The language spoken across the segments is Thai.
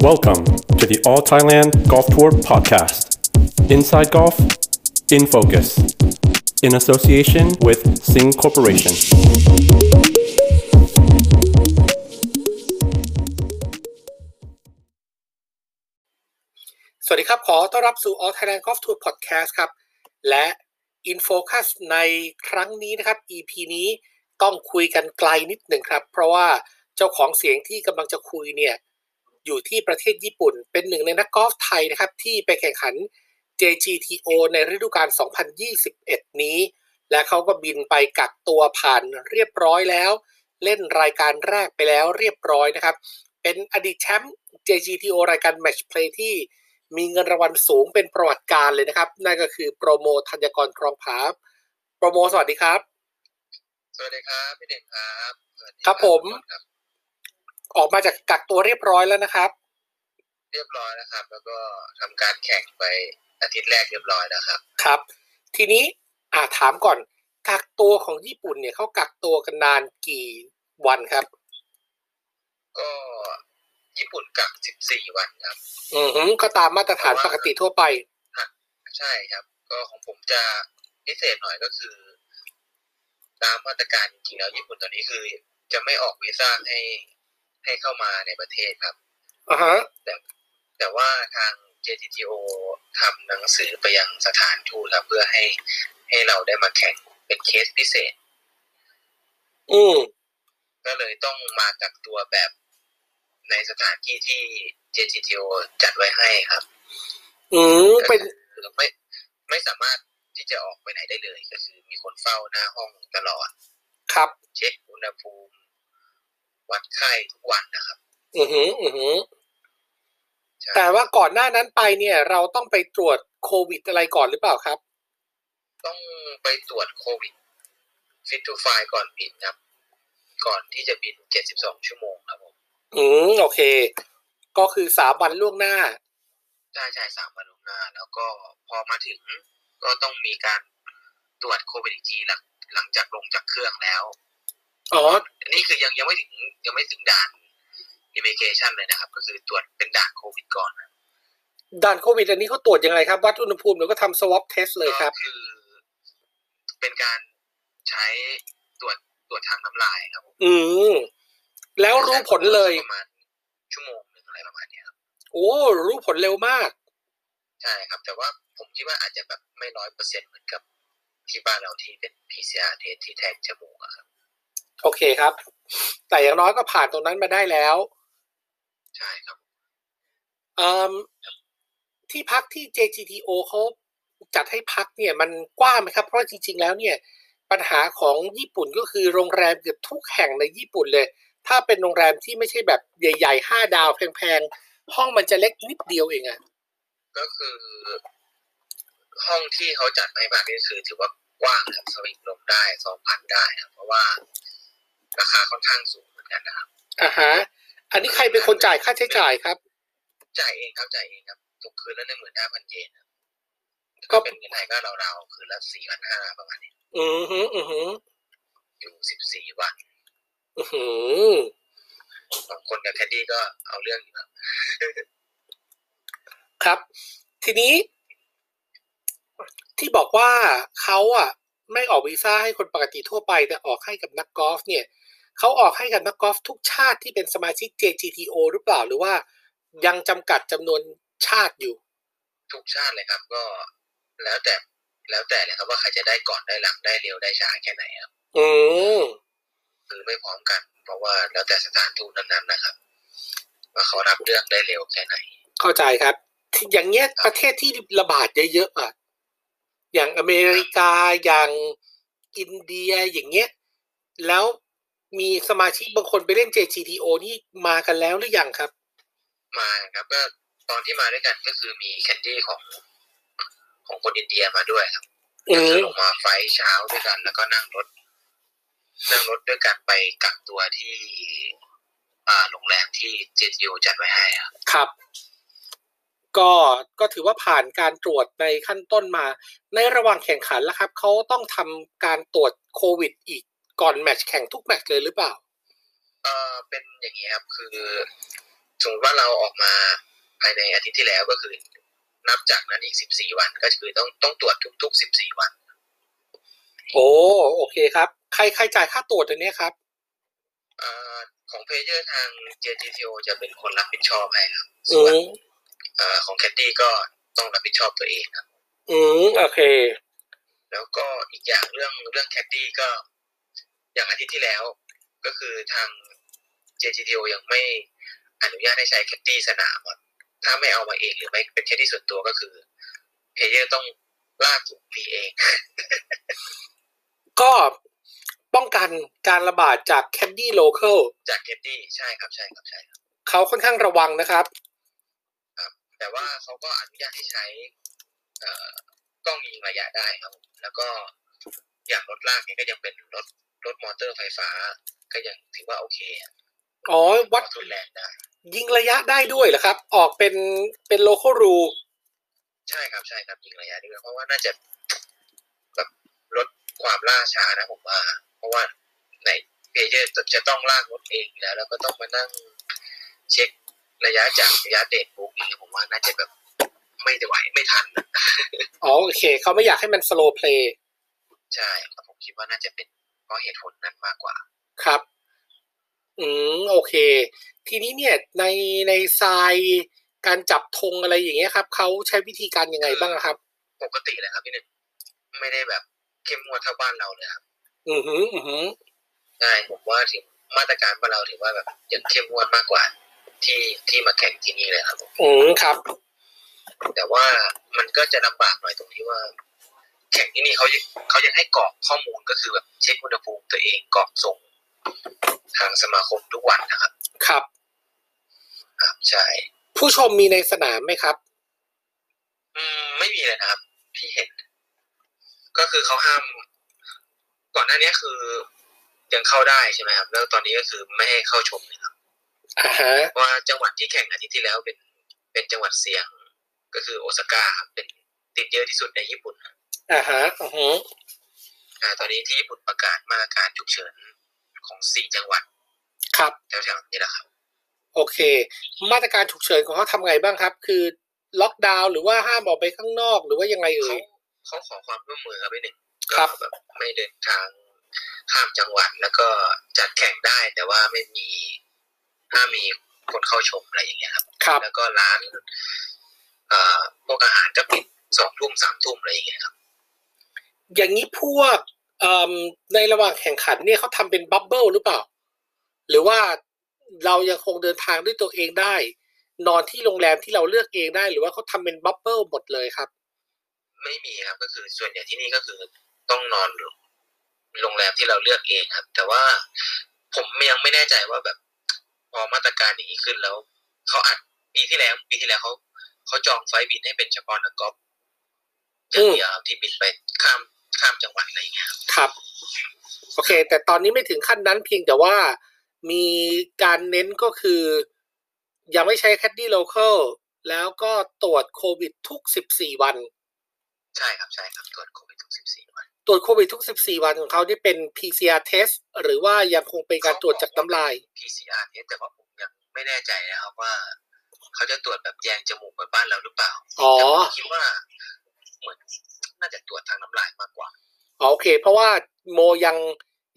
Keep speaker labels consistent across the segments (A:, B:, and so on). A: Welcome to the All Thailand Golf Tour Podcast. Inside Golf, in focus, in association with Sing Corporation.
B: สวัสดีครับ ขอต้อนรับสู่ All Thailand Golf Tour Podcast ครับ และ In Focus ในครั้งนี้นะครับ EP นี้ต้องคุยกันไกลนิดหนึ่งครับ เพราะว่าเจ้าของเสียงที่กำลังจะคุยเนี่ย อยู่ที่ประเทศญี่ปุ่น เป็นหนึ่งในนักกอล์ฟไทยนะครับ ที่ไปแข่งขัน JGTO ในฤดูกาล 2021 นี้ และเขาก็บินไปกักตัวผ่านเรียบร้อยแล้ว เล่นรายการแรกไปแล้วเรียบร้อยนะครับ เป็นอดีตแชมป์ JGTO รายการ Match Play ที่มีเงินรางวัลสูงเป็นประวัติการเลยนะครับ นั่นก็คือโปรโมธัญกรครองผาโปรโมสวัสดีครับ
C: สวัสดีครับพี่เด่นครับสวัสดี
B: ครับผม
C: ครับ
B: ออกมาจากกักตัวเรียบร้อยแล้วนะครับ
C: เรียบร้อยนะครับ แล้วก็ทำการแข่งไปอาทิตย์แรกเรียบร้อยนะครับ
B: ครับ ทีนี้อ่าถามก่อน กักตัวของญี่ปุ่นเนี่ยเขากักตัวกันนานกี่วันครับ
C: ก็ญี่ปุ่นกัก 14 วันครับ
B: อือหือก็ตามมาตรฐานปกติทั่วไป
C: ใช่ครับ ก็ของผมจะพิเศษหน่อยก็คือ ตามมาตรการจริงๆแล้วญี่ปุ่นตอนนี้คือ จะไม่ออกวีซ่าให้ให้เข้ามาในประเทศครับ
B: อ่าฮะ
C: แต่ว่าทาง JTTO ทำหนังสือไปยังสถานทูตครับเพื่อให้ให้เราได้มาแข่งเป็นเคสพิเศษ
B: อืม
C: ก็เลยต้องมากักตัวแบบในสถานที่ที่ JTTO จัดไว้ให้ครับ
B: อืมเป็น
C: คือไม่ไม่สามารถที่จะออกไปไหนได้เลย ก็คือมีคนเฝ้าหน้าห้องตลอด
B: ครับ
C: เช็คอุณหภูมิ วัดไข้ทุกวันนะครับ
B: อือหือ อือหือ
C: ใช่
B: แต่ว่าก่อนหน้านั้นไปเนี่ย เราต้องไปตรวจโควิดอะไรก่อนหรือเปล่าครับ
C: ต้องไปตรวจโควิดฟิตทูไฟก่อนบินครับ ก่อนที่จะบิน 72 ชั่วโมงครับผม
B: อืมโอเค ก็คือสามวันล่วงหน้า
C: ใช่ใช่สามวันล่วงหน้า แล้วก็พอมาถึงก็ต้องมีการตรวจโควิดอีกทีหลังหลังจากลงจากเครื่องแล้ว
B: อ๋อ
C: อันนี้คือยังยังไม่ถึงยังไม่ถึงด่านอิมิเ t ชันเลยนะครับ ก็คือตรวจเป็นด่านโควิดก่อนนะ
B: ด่านโควิดอันนี้เขาตรวจยังไงครับ วัดอุณหภูมิหรือก็ทำ swab test เลยครับ
C: ก็คือเป็นการใช้ตรวจตรวจทางน้ำลายครับผม
B: อืม แล้วรู้ผลเลย
C: ประมาณชั่วโมงหนึ่งอะไรประมาณเนี้ยครับ
B: โอ้ รู้ผลเร็วมาก
C: ใช่ครับ แต่ว่าผมคิดว่าอาจจะแบบไม่ร้อยเปอร์เซ็นต์เหมือนกับที่บ้านเราที่เป็น PCR test ที่แทงจมูกอะครับ
B: โอเคครับ แต่อย่างน้อยก็ผ่านตรงนั้นมาได้แล้ว
C: ใช่ครับ
B: เอิ่มที่พักที่ JGTO เขาจัดให้พักเนี่ย มันกว้างไหมครับ เพราะจริง ๆ แล้วเนี่ย ปัญหาของญี่ปุ่นก็คือโรงแรมเกือบทุกแห่งในญี่ปุ่นเลย ถ้าเป็นโรงแรมที่ไม่ใช่แบบใหญ่ๆห้าดาวแพงๆ ห้องมันจะเล็กนิดเดียวเองอะ
C: ก็คือ ห้องที่เขาจัดให้มานี่คือถือว่ากว้างครับสวิงลงได้สองพันได้ครับเพราะว่า ราคาค่อนข้างสูงเหมือนกันนะครับ
B: อ่ะฮะ อันนี้ใครเป็นคนจ่ายค่าใช้จ่ายครับ
C: จ่ายเองครับจ่ายเองครับทุกคืนละหนึ่งหมื่นห้าพันเยนครับ
B: ก็
C: ก็เป็นเงินไทยก็ราวๆคืนละสี่พันห้าประมาณนี้
B: อือหือ อือหือ
C: อยู่สิบสี่วัน
B: อือหือ
C: บางคนกับแคดดี้ก็เอาเรื่องอยู่ครับ
B: ครับ ทีนี้ ที่บอกว่าเขาอ่ะ ไม่ออกวีซ่าให้คนปกติทั่วไป แต่ออกให้กับนักกอล์ฟเนี่ยเขาออกให้กับนักกอล์ฟทุกชาติที่เป็นสมาชิก JGTO หรือเปล่าหรือว่า ยังจำกัดจำนวนชาติอยู่
C: ทุกชาติเลยครับ ก็แล้วแต่แล้วแต่เลยครับว่าใครจะได้ก่อนได้หลังได้เร็วได้ช้าแค่ไหนครับ
B: อืม
C: คือไม่พร้อมกัน เพราะว่าแล้วแต่สถานทูตนั้นๆนะครับ ว่าเขารับเรื่องได้เร็วแค่ไหน
B: เข้าใจครับที่อย่างเงี้ยประเทศที่ระบาดเยอะๆอ่ะอย่างอเมริกาอย่างอินเดียอย่างเงี้ย แล้วมีสมาชิกบางคนไปเล่น JGTO นี่มากันแล้วหรือยังครับ
C: มาครับก็ตอนที่มาด้วยกันก็คือมีแคนดี้ของของคนอินเดียมาด้วยครับ
B: อื
C: คือ
B: ม
C: ลงมาไฟล์เช้าด้วยกัน แล้วก็นั่งรถ นั่งรถด้วยกันไปกักตัวที่ อ่าโรงแรมที่เจนยูจัดไว้ให้ครับ
B: ครับ ก็ก็ถือว่าผ่านการตรวจในขั้นต้นมา ในระหว่างแข่งขันแล้วครับเขาต้องทำการตรวจโควิดอีกก่อนแมตช์แข่งทุกแมตช์เลยหรือเปล่า
C: เอ่อเป็นอย่างนี้ครับ คือ สมมติว่าเราออกมาภายในอาทิตย์ที่แล้วก็คือ นับจากนั้นอีกสิบสี่วันก็คือต้องต้องตรวจทุกๆสิบสี่วัน
B: โอ้โอเคครับ ใครใครจ่ายค่าตรวจตัวเนี้ยครับ
C: เอ่อของเพลเยอร์ทาง JTTO จะเป็นคนรับผิดชอบให้ครับ
B: อื
C: ส่วน
B: ม
C: เอ่อของแคดดี้ก็ต้องรับผิดชอบตัวเองครับ
B: อืมโอเค
C: แล้วก็อีกอย่างเรื่องเรื่องแคดดี้ก็ อย่างอาทิตย์ที่แล้ว ก็คือทาง JTTO ยังไม่อนุญาตให้ใช้แคดดี้สนามอะถ้าไม่เอามาเองหรือไม่เป็นแคดดี้ส่วนตัวก็คือเพลเยอร์ต้องลากถุงพีเอง
B: ก็ป้องกันการระบาดจากแคดดี้โลเค l ล
C: จากแคดดี้ใช่ครับใช่ครับใช่ครับ
B: เขาค่อนข้างระวังนะครับ
C: แต่ว่าเขาก็อนุญาตให้ใช้ เอ่อกล้องยิงระยะได้ครับผมแล้วก็อย่างรถลากเนี่ยก็ยังเป็นรถรถมอเตอร์ไฟฟ้า ก็ยังถือว่าโอเคอะ
B: อ๋อ วัด
C: พอทุนแรงได้
B: ยิงระยะได้ด้วยเหรอครับ ออกเป็นเป็นโลเค l ลรู
C: ใช่ครับใช่ครับยิงระยะด้วยเพราะว่าน่าจะแบบลดความล่าช้านะผมว่า เพราะว่าในเพเยอร์จะต้องลากรถเองอยู่แล้ว แล้วก็ต้องมานั่งเช็คระยะจากระยะเดทบุ๊กอย่างเงี้ยผมว่าน่าจะแบบไม่ไหวไม่ทันนะ
B: อ๋อโอเค เขาไม่อยากให้มันสโล w p เพลย์
C: ใช่ครับผมคิดว่าน่าจะเป็นเพราะเหตุผลนั้นมากกว่า
B: ครับ อืมโอเค ทีนี้เนี่ยในในทรายการจับธงอะไรอย่างเงี้ยครับเขาใช้วิธีการยังไงบ้างครับ
C: ปกติเลยครับพี่หนึ่งไม่ได้แบบเข้มงวดเท่าบ้านเราเลยครับ
B: อือหืออือหือ
C: ใช่ผมว่าถึงมาตรการบ้านเราถือว่าแบบยังเข้มงวดมากกว่า ที่ที่มาแข่งที่นี่เลยครับผม
B: อืมครับ
C: แต่ว่ามันก็จะลำบากหน่อยตรงที่ว่า แข่งที่นี่เขายังเขายังให้กรอกข้อมูลก็คือแบบเช็คอุณหภูมิตัวเองกรอกส่ง ทางสมาคมทุกวันนะครับ
B: ครับ
C: ครับใช่
B: ผู้ชมมีในสนามไหมครับ
C: อืมไม่มีเลยนะครับที่เห็น ก็คือเขาห้าม ก่อนหน้านี้คือยังเข้าได้ใช่ไหมครับแล้วตอนนี้ก็คือไม่ให้เข้าชมเลยครับ
B: อ่าฮะ
C: เพราะว่าจังหวัดที่แข่งอาทิตย์ที่แล้วเป็นเป็นจังหวัดเสี่ยง ก็คือโอซาก้าครับเป็นติดเยอะที่สุดในญี่ปุ่น
B: อ่าฮะอือหือ
C: อ่าตอนนี้ที่ญี่ปุ่นประกาศมาตรการฉุกเฉินของสี่จังหวัด
B: ครับ
C: แถวๆนี้แหละครับ
B: โอเค มาตรการฉุกเฉินของเขาทำไงบ้างครับ คือล็อกดาวน์หรือว่าห้ามออกไปข้างนอกหรือว่ายังไงเอ่
C: เขา
B: ย
C: เขาขอความร่วมมือครับพี่หนึ่ง
B: ครับ
C: ก็แบบไม่เดินทางข้ามจังหวัดแล้วก็จัดแข่งได้แต่ว่าไม่มีถ้ามมีคนเข้าชมอะไรอย่างเงี้ยครับ
B: ครับ
C: แล้วก็ร้านเอ่อพวกอาหารก็ปิดสองทุ่มสามทุ่มอะไรอย่างเงี้ยครับ
B: อย่างนี้พวกเอ่มในระหว่างแข่งขันเนี่ยเขาทำเป็นบับเบิลหรือเปล่า หรือว่าเรายังคงเดินทางด้วยตัวเองได้ นอนที่โรงแรมที่เราเลือกเองได้ หรือว่าเขาทำเป็นบับเบิลหมดเลยครับ
C: ไม่มีครับก็คือส่วนใหญ่ที่นี่ก็คือต้องนอนโรงแรมที่เราเลือกเองครับ แต่ว่าผมยังไม่แน่ใจว่าแบบ พอมาตรการอย่างนี้ขึ้นแล้วเขาอัดปีที่แล้วปีที่แล้วเขาเขาจองไฟล์บินให้เป็นเฉพาะนักกอล์ฟอย่างเดียวครับที่บินไปข้ามข้ามจังหวัดอะไรอย่างเงี้ยครับ
B: ครับ โอเค แต่ตอนนี้ไม่ถึงขั้นนั้นเพียงแต่ว่ามีการเน้นก็คือ ยังไม่ใช้แคดดี้โลเค l ลแล้วก็ตรวจโควิดทุก 14 วัน
C: ใช่ครับใช่ครับตรวจโควิดทุกสิบสี่วัน
B: ตรวจโควิดทุก 14 วันของเขาที่เป็น PCR test หรือว่ายังคงเป็นการตรวจจากน้ำลาย
C: เป็น PCR เทสแต่ว่าผมยังไม่แน่ใจนะครับว่า เขาจะตรวจแบบแยงจมูกไปบ้านเราหรือเปล่า
B: อ๋อ
C: แต่ผมคิดว่าเหมือนน่าจะตรวจทางน้ำลายมากกว่า
B: โอเค เพราะว่าโมยัง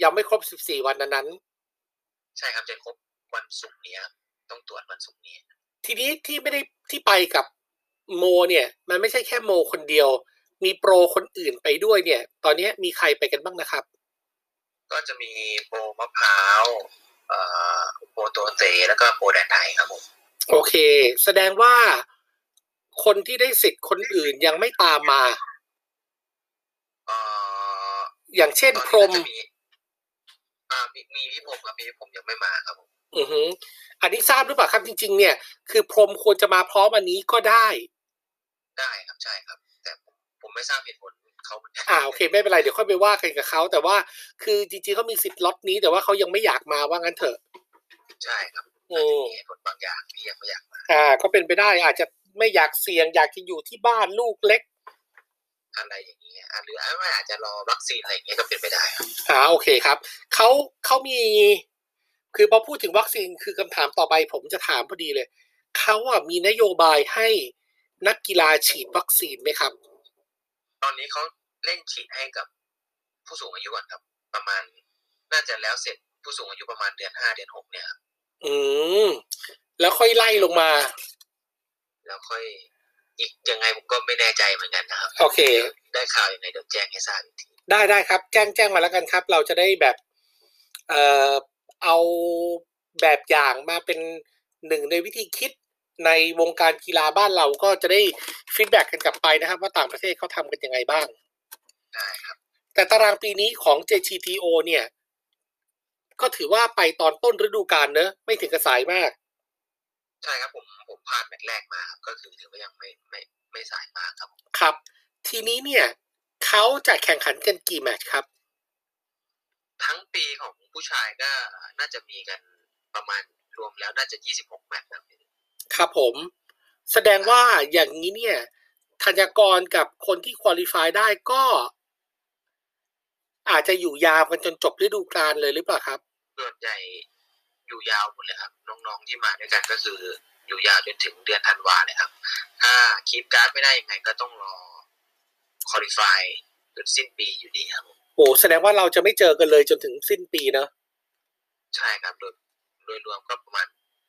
B: ยังไม่ครบ 14 วันนั้น
C: ใช่ครับจะครบวันศุกร์นี้ครับต้องตรวจวันศุกร์นี้
B: ทีนี้ที่ไม่ได้ที่ไปกับโมเนี่ย มันไม่ใช่แค่โมคนเดียว มีโปรคนอื่นไปด้วยเนี่ย ตอนนี้มีใครไปกันบ้างนะครับ
C: ก็จะมีโปรมะพร้าวเอ่อโปรโตเตแล้วก็โปรแดนไทยครับผม
B: โอเค แสดงว่าคนที่ได้สิทธิ์คนอื่นยังไม่ตามมา
C: เอ่อ
B: อย่างเช่น
C: ตอน
B: พร
C: นี้
B: หม
C: ก็จะมีอ่ามีมีพี่ผมครับมีพี่ผมยังไม่มาครับผม
B: อือหือ อันนี้ทราบหรือเปล่าครับจริง ๆ เนี่ย คือพรหมควรจะมาพร้อมอันนี้ก็ได้
C: ได้ครับใช่ครับ แต่ผมผมไม่ทราบเหตุผลเขาเหมือนกัน
B: อ่าโอเคไม่เป็นไรเดี๋ยวค่อยไปว่ากันกับเขาแต่ว่าคือจริงๆเขามีสิทธิ์ล็อตนี้แต่ว่าเขายังไม่อยากมาว่างั้นเถอะ
C: ใช่ครับ
B: โอ้
C: อาจจะมีเหตุผลบางอย่างที่ยังไม่อยากมา
B: อ่า ก็เป็นไปได้อาจจะไม่อยากเสี่ยงอยากจะอยู่ที่บ้านลูกเล็ก
C: อะไรอย่างเงี้ยอ่ะหรืออาจจะรอวัคซีนอะไรอย่างเงี้ยก็เป็นไปได้ครับ
B: อ่าโอเคครับเขาเขามี คือพอพูดถึงวัคซีนคือคำถามต่อไปผมจะถามพอดีเลย เขาอะมีนโยบายให้นักกีฬาฉีดวัคซีนไหมครับ
C: ตอนนี้เขาเร่งฉีดให้กับผู้สูงอายุก่อนครับ ประมาณน่าจะแล้วเสร็จผู้สูงอายุประมาณเดือนห้าเดือนหกเนี่ยครับ
B: อืม แล้วค่อยไล่ลงมา
C: แล้วค่อยอีกยังไงผมก็ไม่แน่ใจเหมือนกันนะครับ
B: โอเค
C: ดี๋ยวได้ข่าวยังไงเดี๋ยวแจ้งให้ทราบอีกที
B: ได้ได้ครับ แจ้งแจ้งมาแล้วกันครับ เราจะได้แบบเอ่อเอาแบบอย่างมาเป็นหนึ่งในวิธีคิดในวงการกีฬาบ้านเราก็จะได้ฟีดแบ็กกันกลับไปนะครับ ว่าต่างประเทศเขาทำกันยังไงบ้าง
C: ได้ครับ
B: แต่ตารางปีนี้ของ JGTO เนี่ย ก็ถือว่าไปตอนต้นฤดูกาลเนอะไม่ถึงกระสายมาก
C: ใช่ครับผมผมพลาดแมตช์แรกมาครับก็คือถือว่ายังไม่ไม่ไม่สายมากครับผม
B: ครับ ทีนี้เนี่ยเขาจะแข่งขันกันกี่แมตช์ครับ
C: ทั้งปีของผู้ชายก็น่าจะมีกันประมาณรวมแล้วน่าจะยี่สิบหกแมตช์นะครับ
B: ครับผม แสดงว่าอย่างนี้เนี่ยธัญกรกับคนที่ควอลิฟายได้ก็ อาจจะอยู่ยาวกันจนจบฤดูกาลเลยหรือเปล่าครับ
C: ส่วนใหญ่อยู่ยาวหมดเลยครับ น้องๆที่มาด้วยกันก็คืออยู่ยาวจนถึงเดือนธันวาเลยครับ ถ้าคีปการ์ดไม่ได้ยังไงก็ต้องรอคอลี่ฟายจนสิ้นปีอยู่ดีครับผม
B: โอ้แสดงว่าเราจะไม่เจอกันเลยจนถึงสิ้นปีเนอะ
C: ใช่ครับโดยโดยรวมก็ประมาณ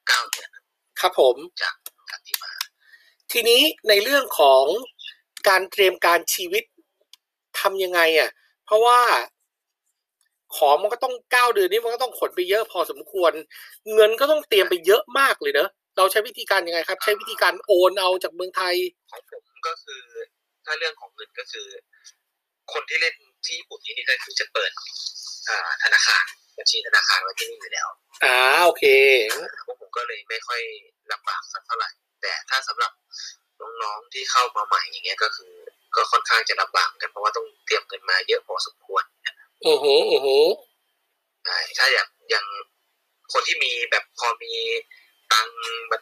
C: เก้าเดือนครับ
B: ครับผม
C: จากจากที่มา
B: ทีนี้ในเรื่องของการเตรียมการชีวิตทำยังไงอะ่ะ เพราะว่าของมันก็ต้องเก้าเดือนนี้มันก็ต้องขนไปเยอะพอสมควร เงินก็ต้องเตรียมไปเยอะมากเลยเนอะเราใช้วิธีการยังไงครับ ใช้วิธีการโอนเอาจากเมืองไทย
C: ของผมก็คือถ้าเรื่องของเงินก็คือ คนที่เล่นที่ญี่ปุ่นที่นี่ก็คือจะเปิดอ่าธนาคารบัญชีธนาคารไว้ที่นี่อยู่แล้ว
B: อ่าโอเค
C: พวกผมก็เลยไม่ค่อยลำบากสักเท่าไหร่ แต่ถ้าสำหรับน้องๆที่เข้ามาใหม่อย่างเงี้ยก็คือ ก็ค่อนข้างจะลำบากเหมือนกันเพราะว่าต้องเตรียมเงินมาเยอะพอสมควร
B: อือหืออือหือ
C: ใช่ถ้าอย่างอย่างคนที่มีแบบพอมีตังค์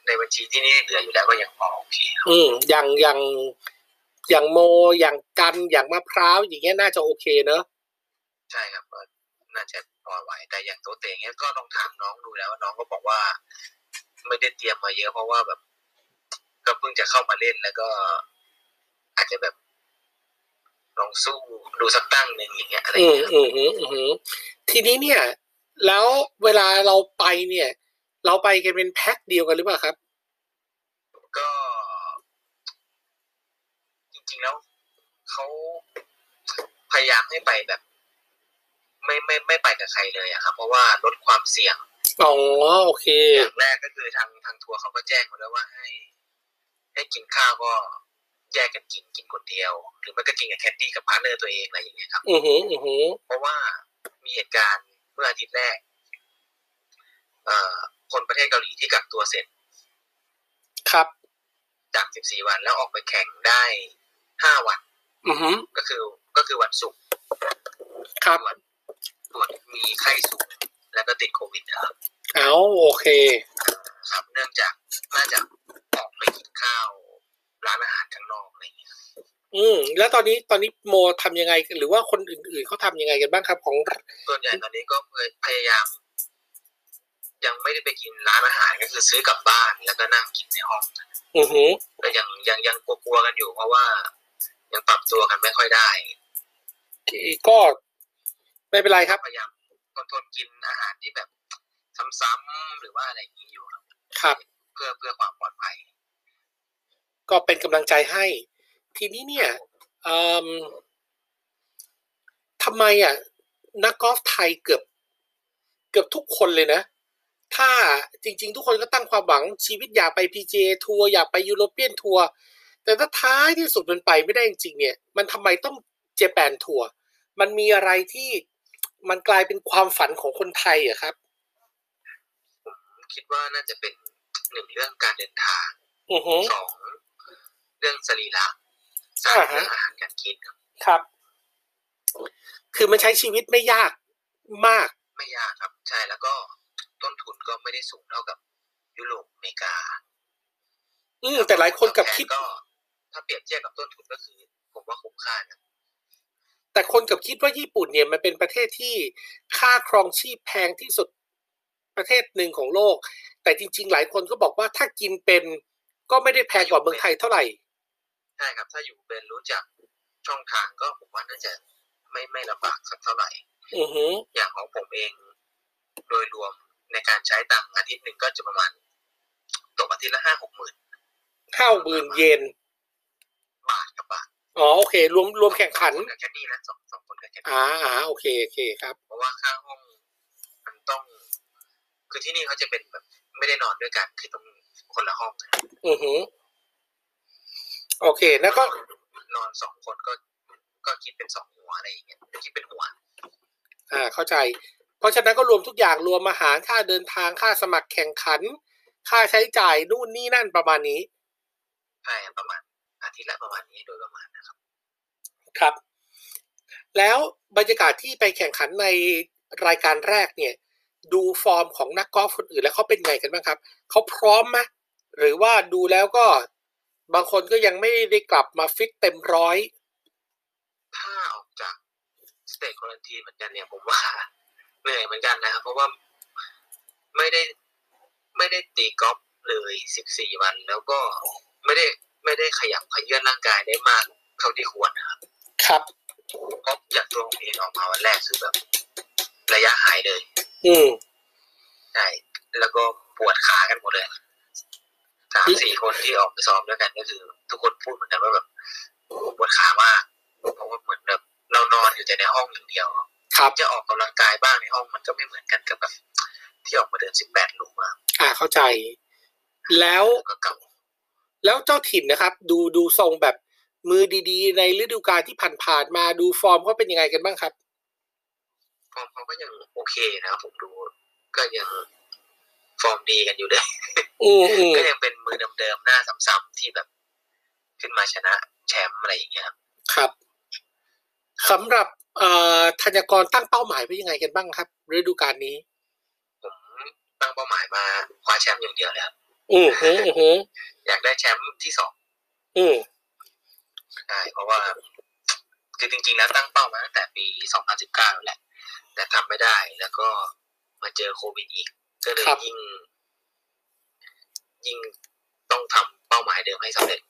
C: ในบัญชีที่นี่เหลืออยู่แล้วก็ยังพอโอเคครับ
B: อืมอย่างอย่างอย่างโมอย่างกันอย่างมะพร้าวอย่างเงี้ยน่าจะโอเคเนอะ
C: ใช่ครับก็น่าจะพอไหวแต่อย่างตัวเตงเนี้ยก็ลองถามน้องดูแล้วว่าน้องก็บอกว่า ไม่ได้เตรียมมาเยอะเพราะว่าแบบ ก็เพิ่งจะเข้ามาเล่นแล้วก็ อาจจะแบบลองสู้ดูสักตั้งหนึ่งอย่างเงี้ยอะไรอ
B: อื
C: ย่า
B: ม
C: งเงี้ย
B: อือหืออือหือทีนี้เนี่ย แล้วเวลาเราไปเนี่ย เราไปกันเป็นแพ็คเดียวกันหรือเปล่าครับ
C: ก็ จริงๆแล้วเขาพยายามให้ไปแบบ ไม่ไม่ไม่ไปกับใครเลยอะครับ เพราะว่าลดความเสี่ยง
B: อ๋อโอเค
C: อย่างแรกก็คือทางทางทัวร์เขาก็แจ้งมาแล้วว่าให้ ให้กินข้าวก็แยกกันกินกินคนเดียว หรือไม่ก็กินกับแคดดี้กับพาร์ทเนอร์ตัวเองอะไรอย่างเงี้ยครับ
B: อือหืออือหือ
C: เพราะว่ามีเหตุการณ์เมื่ออาทิตย์แรก เอ่อ คนประเทศเกาหลีที่กักตัวเสร็จ
B: ครับ
C: จาก 14 วันแล้วออกไปแข่งได้ 5 วัน
B: อือหือ
C: ก็คือก็คือวันศุกร์
B: ครับ
C: ตรวจมีไข้สูงแล้วก็ติดโควิดนะครับ
B: เอาโอเค
C: ครับเนื่องจากน่าจะออกไปกินข้าวร้านอาหารข้างนอกอะไรอย่างเงี้ย
B: อืมแล้วตอนนี้ตอนนี้โมทำยังไง หรือว่าคนอื่นๆเขาทำยังไงกันบ้างครับของ
C: ส่วนใหญ่ตอนนี้ก็พยายาม ยังไม่ได้ไปกินร้านอาหารก็คือซื้อกลับบ้านแล้วก็นั่งกินในห้อง
B: อือหือ
C: ก็ยังยังยังกลัวๆกันอยู่เพราะว่า ยังปรับตัวกันไม่ค่อยได้
B: ก็ ไม่เป็นไรครับ
C: พยายามทนทนกินอาหารที่แบบซ้ำๆหรือว่าอะไรอย่างนี้อยู่ครับ
B: ครับ
C: เพื่อเพื่อความปลอดภัย
B: ก็เป็นกำลังใจให้ ทีนี้เนี่ยเอิ่มทำไมอ่ะ นักกอล์ฟไทยเกือบ เกือบทุกคนเลยนะ ถ้าจริง ๆ ทุกคนก็ตั้งความหวังชีวิตอยากไป PGA ทัวร์อยากไปยูโรเปียนทัวร์แต่ถ้าท้ายที่สุดมันไปไม่ได้จริงๆเนี่ย มันทำไมต้องเจแปนทัวร์มันมีอะไรที่มันกลายเป็นความฝันของคนไทยเหรอะครับ
C: ผมคิดว่าน่าจะเป็นหนึ่งเรื่องการเดินทาง
B: อือฮึ
C: สองเรื่องสรีระสาม
B: อ่าฮะ
C: เรื่องอาหารการกินครับ
B: ครับ คือมันใช้ชีวิตไม่ยากมาก
C: ไม่ยากครับ ใช่แล้วก็ต้นทุนก็ไม่ได้สูงเท่ากับยุโรปอเมริกา
B: อืมแต่หลายคนกลับคิด
C: แพงก็ถ้าเปรียบเทียบกับต้นทุนก็คือ ผมว่าคุ้มค่านะ
B: แต่คนกลับคิดว่าญี่ปุ่นเนี่ยมันเป็นประเทศที่ค่าครองชีพแพงที่สุด ประเทศหนึ่งของโลก แต่จริง ๆ หลายคนก็บอกว่าถ้ากินเป็นก็ไม่ได้แพงกว่าเมืองไทยเท่าไหร่
C: ใช่ครับ ถ้าอยู่เป็นรู้จักช่องทางก็ผมว่าน่าจะไม่ไม่ลำบากสักเท่าไหร่
B: อือหือ
C: อย่างของผมเอง โดยรวมในการใช้ตังค์อาทิตย์หนึ่งก็จะประมาณตกอาทิตย์ละห้าหกหมื่น
B: ข้าวหมื่นเยน
C: บาทกับบาท
B: อ๋อโอเค รวมรวมแข่งขัน
C: คนกับแคดดี้นะสองสองคนกับแคดดี้
B: อ่าอ่าโอเคโอเคครับ
C: เพราะว่าค่าห้องมันต้อง คือที่นี่เขาจะเป็นแบบ ไม่ได้นอนด้วยกันคือต้องคนละห้องนะ
B: อือหือ โอเค แล้วก็
C: นอนสองคนก็ก็คิดเป็นสองหัวอะไรอย่างเงี้ยคิดเป็นหัว
B: อ่าเข้าใจ เพราะฉะนั้นก็รวมทุกอย่างรวมอาหารค่าเดินทางค่าสมัครแข่งขัน ค่าใช้จ่ายนู่นนี่นั่นประมาณนี้
C: ใช่ครับประมาณอาทิตย์ละประมาณนี้โดยประมาณนะครับ
B: ครับ แล้วบรรยากาศที่ไปแข่งขันในรายการแรกเนี่ย ดูฟอร์มของนักกอล์ฟคนอื่นแล้วเขาเป็นไงกันบ้างครับ เขาพร้อมไหมหรือว่าดูแล้วก็บางคนก็ยังไม่ได้กลับมาฟิตเต็มร้อย
C: ถ้าออกจากสเต e ควอนตีเหมือนกันเนี่ยผมว่าเหนื่อยเหมือนกันนะครับ เพราะว่าไม่ได้ไม่ได้ตีกอล์ฟเลยสิบสี่วัน แล้วก็ไม่ได้ไม่ได้ขยับขยื่นร่างกายได้มากเท่าที่ควรนะครับ
B: ครับ
C: เพราะจากตัวผมเองออกมาวันแรกคือแบบ ระยะหายเลย
B: อืม
C: ใช่แล้วก็ปวดขากันหมดเลยสามสี่คนที่ออกไปซ้อมด้วยกันก็คือ ทุกคนพูดเหมือนกันว่าแบบปวดขามากเพราะว่าเหมือนแบบเรานอนอยู่แต่ในห้องอย่างเดียว
B: ครับ
C: จะออกกำลังกายบ้างในห้องมันก็ไม่เหมือนกันกับแบบที่ออกมาเดินสิบแปดลูกมา
B: อ่าเข้าใจ แล้ว
C: ก็เก่า
B: แล้วเจ้าถิ่นนะครับ ดูดูทรงแบบมือดีๆ ในฤดูกาลที่ผ่านๆมาดูฟอร์มเขาเป็นยังไงกันบ้างครับ
C: ฟอร์มเขาก็ยังโอเคนะครับผมดูก็ยังฟอร์มดีกันอยู่เลย
B: อืมอืม
C: ก็ยังเป็นมือเดิมๆหน้าซ้ำๆที่แบบ ขึ้นมาชนะแชมป์อะไรอย่างเงี้ยครับ
B: ครับสำหรับเอ่อธัญกรตั้งเป้าหมายไว้ยังไงกันบ้างครับ ฤดูกาลนี้
C: ผมตั้งเป้าหมายมาคว้าแชมป์อย่างเดียวเลยครับ
B: อืมอืมอืม
C: อยากได้แชมป์ที่สอง
B: อืม
C: ใช่เพราะว่าคือจริง ๆ แล้วตั้งเป้ามาตั้งแต่ปีสองพันสิบเก้าแหละ แต่ทำไม่ได้แล้วก็มาเจอโควิดอีก ก็เลยยิ่ง ยิ่งต้องทำเป้าหมายเดิมให้สำเร็จ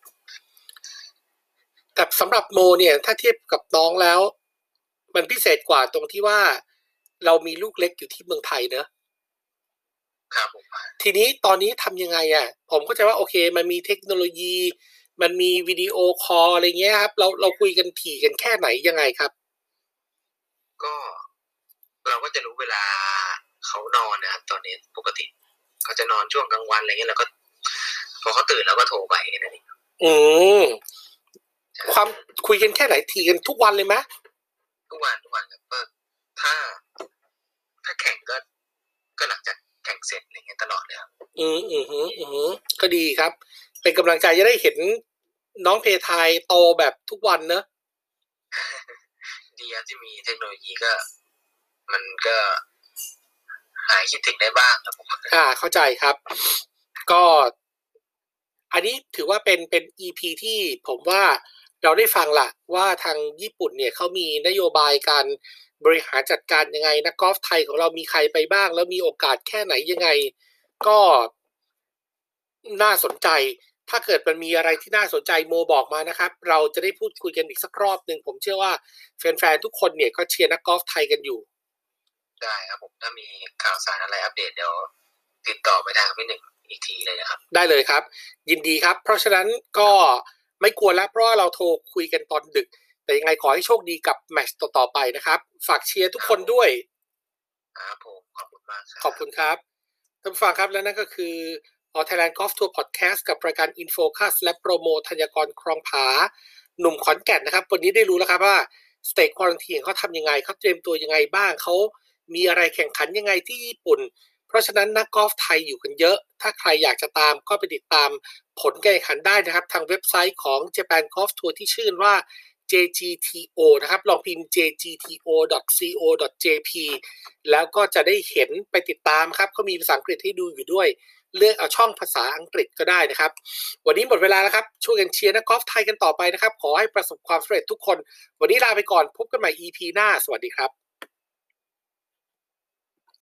B: แต่สำหรับโมเนี่ย ถ้าเทียบกับน้องแล้ว มันพิเศษกว่าตรงที่ว่า เรามีลูกเล็กอยู่ที่เมืองไทยเนอะ
C: ครับผม
B: ทีนี้ตอนนี้ทำยังไงอะ่ะ ผมเข้าใจว่าโอเค มันมีเทคโนโลยี มันมีวิดีโอคอลอะไรเงี้ยครับ เราเราคุยกันถี่กันแค่ไหนยังไงครับ
C: ก็เราก็จะรู้เวลาเขานอนนะครับตอนนี้ปกติเขาจะนอนช่วงกลางวันอะไรเงี้ยแล้วก็ พอเขาตื่นแล้วก็โทรไปแค่นั่นเอง
B: อืมความคุยกันแค่ไหนถี่กันทุกวันเลยไหม
C: ทุกวันทุกวันครับก็ถ้า ถ้าแข่งก็ ก็หลังจากแข่งเสร็จอะไรเงี้ยตลอดเลยครับ
B: อืมอืมอืมอืมก็ดีครับ เป็นกำลังใจจะได้เห็นน้องเพทายโตแบบทุกวันเนอะ
C: ดีครับที่มีเทคโนโลยีก็ มันก็หายคิดถึงได้บ้างครับผม
B: อ่า เข้าใจครับ ก็ อันนี้ถือว่าเป็นเป็น EP ที่ผมว่าเราได้ฟังละว่าทางญี่ปุ่นเนี่ยเขามีนโยบายการบริหารจัดการยังไงนักกอล์ฟไทยของเรามีใครไปบ้าง แล้วมีโอกาสแค่ไหนยังไง ก็น่าสนใจ ถ้าเกิดมันมีอะไรที่น่าสนใจโมบอกมานะครับ เราจะได้พูดคุยกันอีกสักรอบหนึ่งผมเชื่อว่าแฟนๆทุกคนเนี่ยก็เชียร์นักกอล์ฟไทยกันอยู่
C: ได้ครับผมถ้ามีข่าวสารอะไรอัปเดตเดี๋ยว ติดต่อไปทางพี่หนึ่งอีกทีเลยนะครับ
B: ได้เลยครับ ยินดีครับ เพราะฉะนั้นก็ไม่กลัวแล้วเพราะว่าเราโทรคุยกันตอนดึก แต่ยังไงขอให้โชคดีกับแมตช์ต่อๆไปนะครับ ฝากเชียร์ทุกคนด้วย
C: ครับผมขอบคุณมากครับ
B: ขอบคุณครับท่านผู้ฟังครับและนั่นก็คือออ Thailand Golf Tour Podcast กับรายการ InFocus และโปรโมทธัญกรครองผา หนุ่มขอนแก่นนะครับ วันนี้ได้รู้แล้วครับว่าสเต e ควอ a ันทีของเขาทำยังไงเขาเตรียมตัวยังไงบ้างเขามีอะไรแข่งขันยังไงที่ญี่ปุ่น เพราะฉะนั้นนักกอล์ฟไทยอยู่กันเยอะ ถ้าใครอยากจะตามก็ไปติดตามผลการแข่งขันได้นะครับ ทางเว็บไซต์ของ Japan Golf Tour ที่ชื่อว่า JGTO นะครับลองพิมพ์ jgto.co.jp แล้วก็จะได้เห็นไปติดตามครับเขามีภาษาอังกฤษให้ดูอยู่ด้วย เลือกเอาช่องภาษาอังกฤษก็ได้นะครับ วันนี้หมดเวลาแล้วครับ ช่วยกันเชียร์นักกอล์ฟไทยกันต่อไปนะครับ ขอให้ประสบความสำเร็จทุกคน วันนี้ลาไปก่อนพบกันใหม่ EP หน้า สวัสดีครับ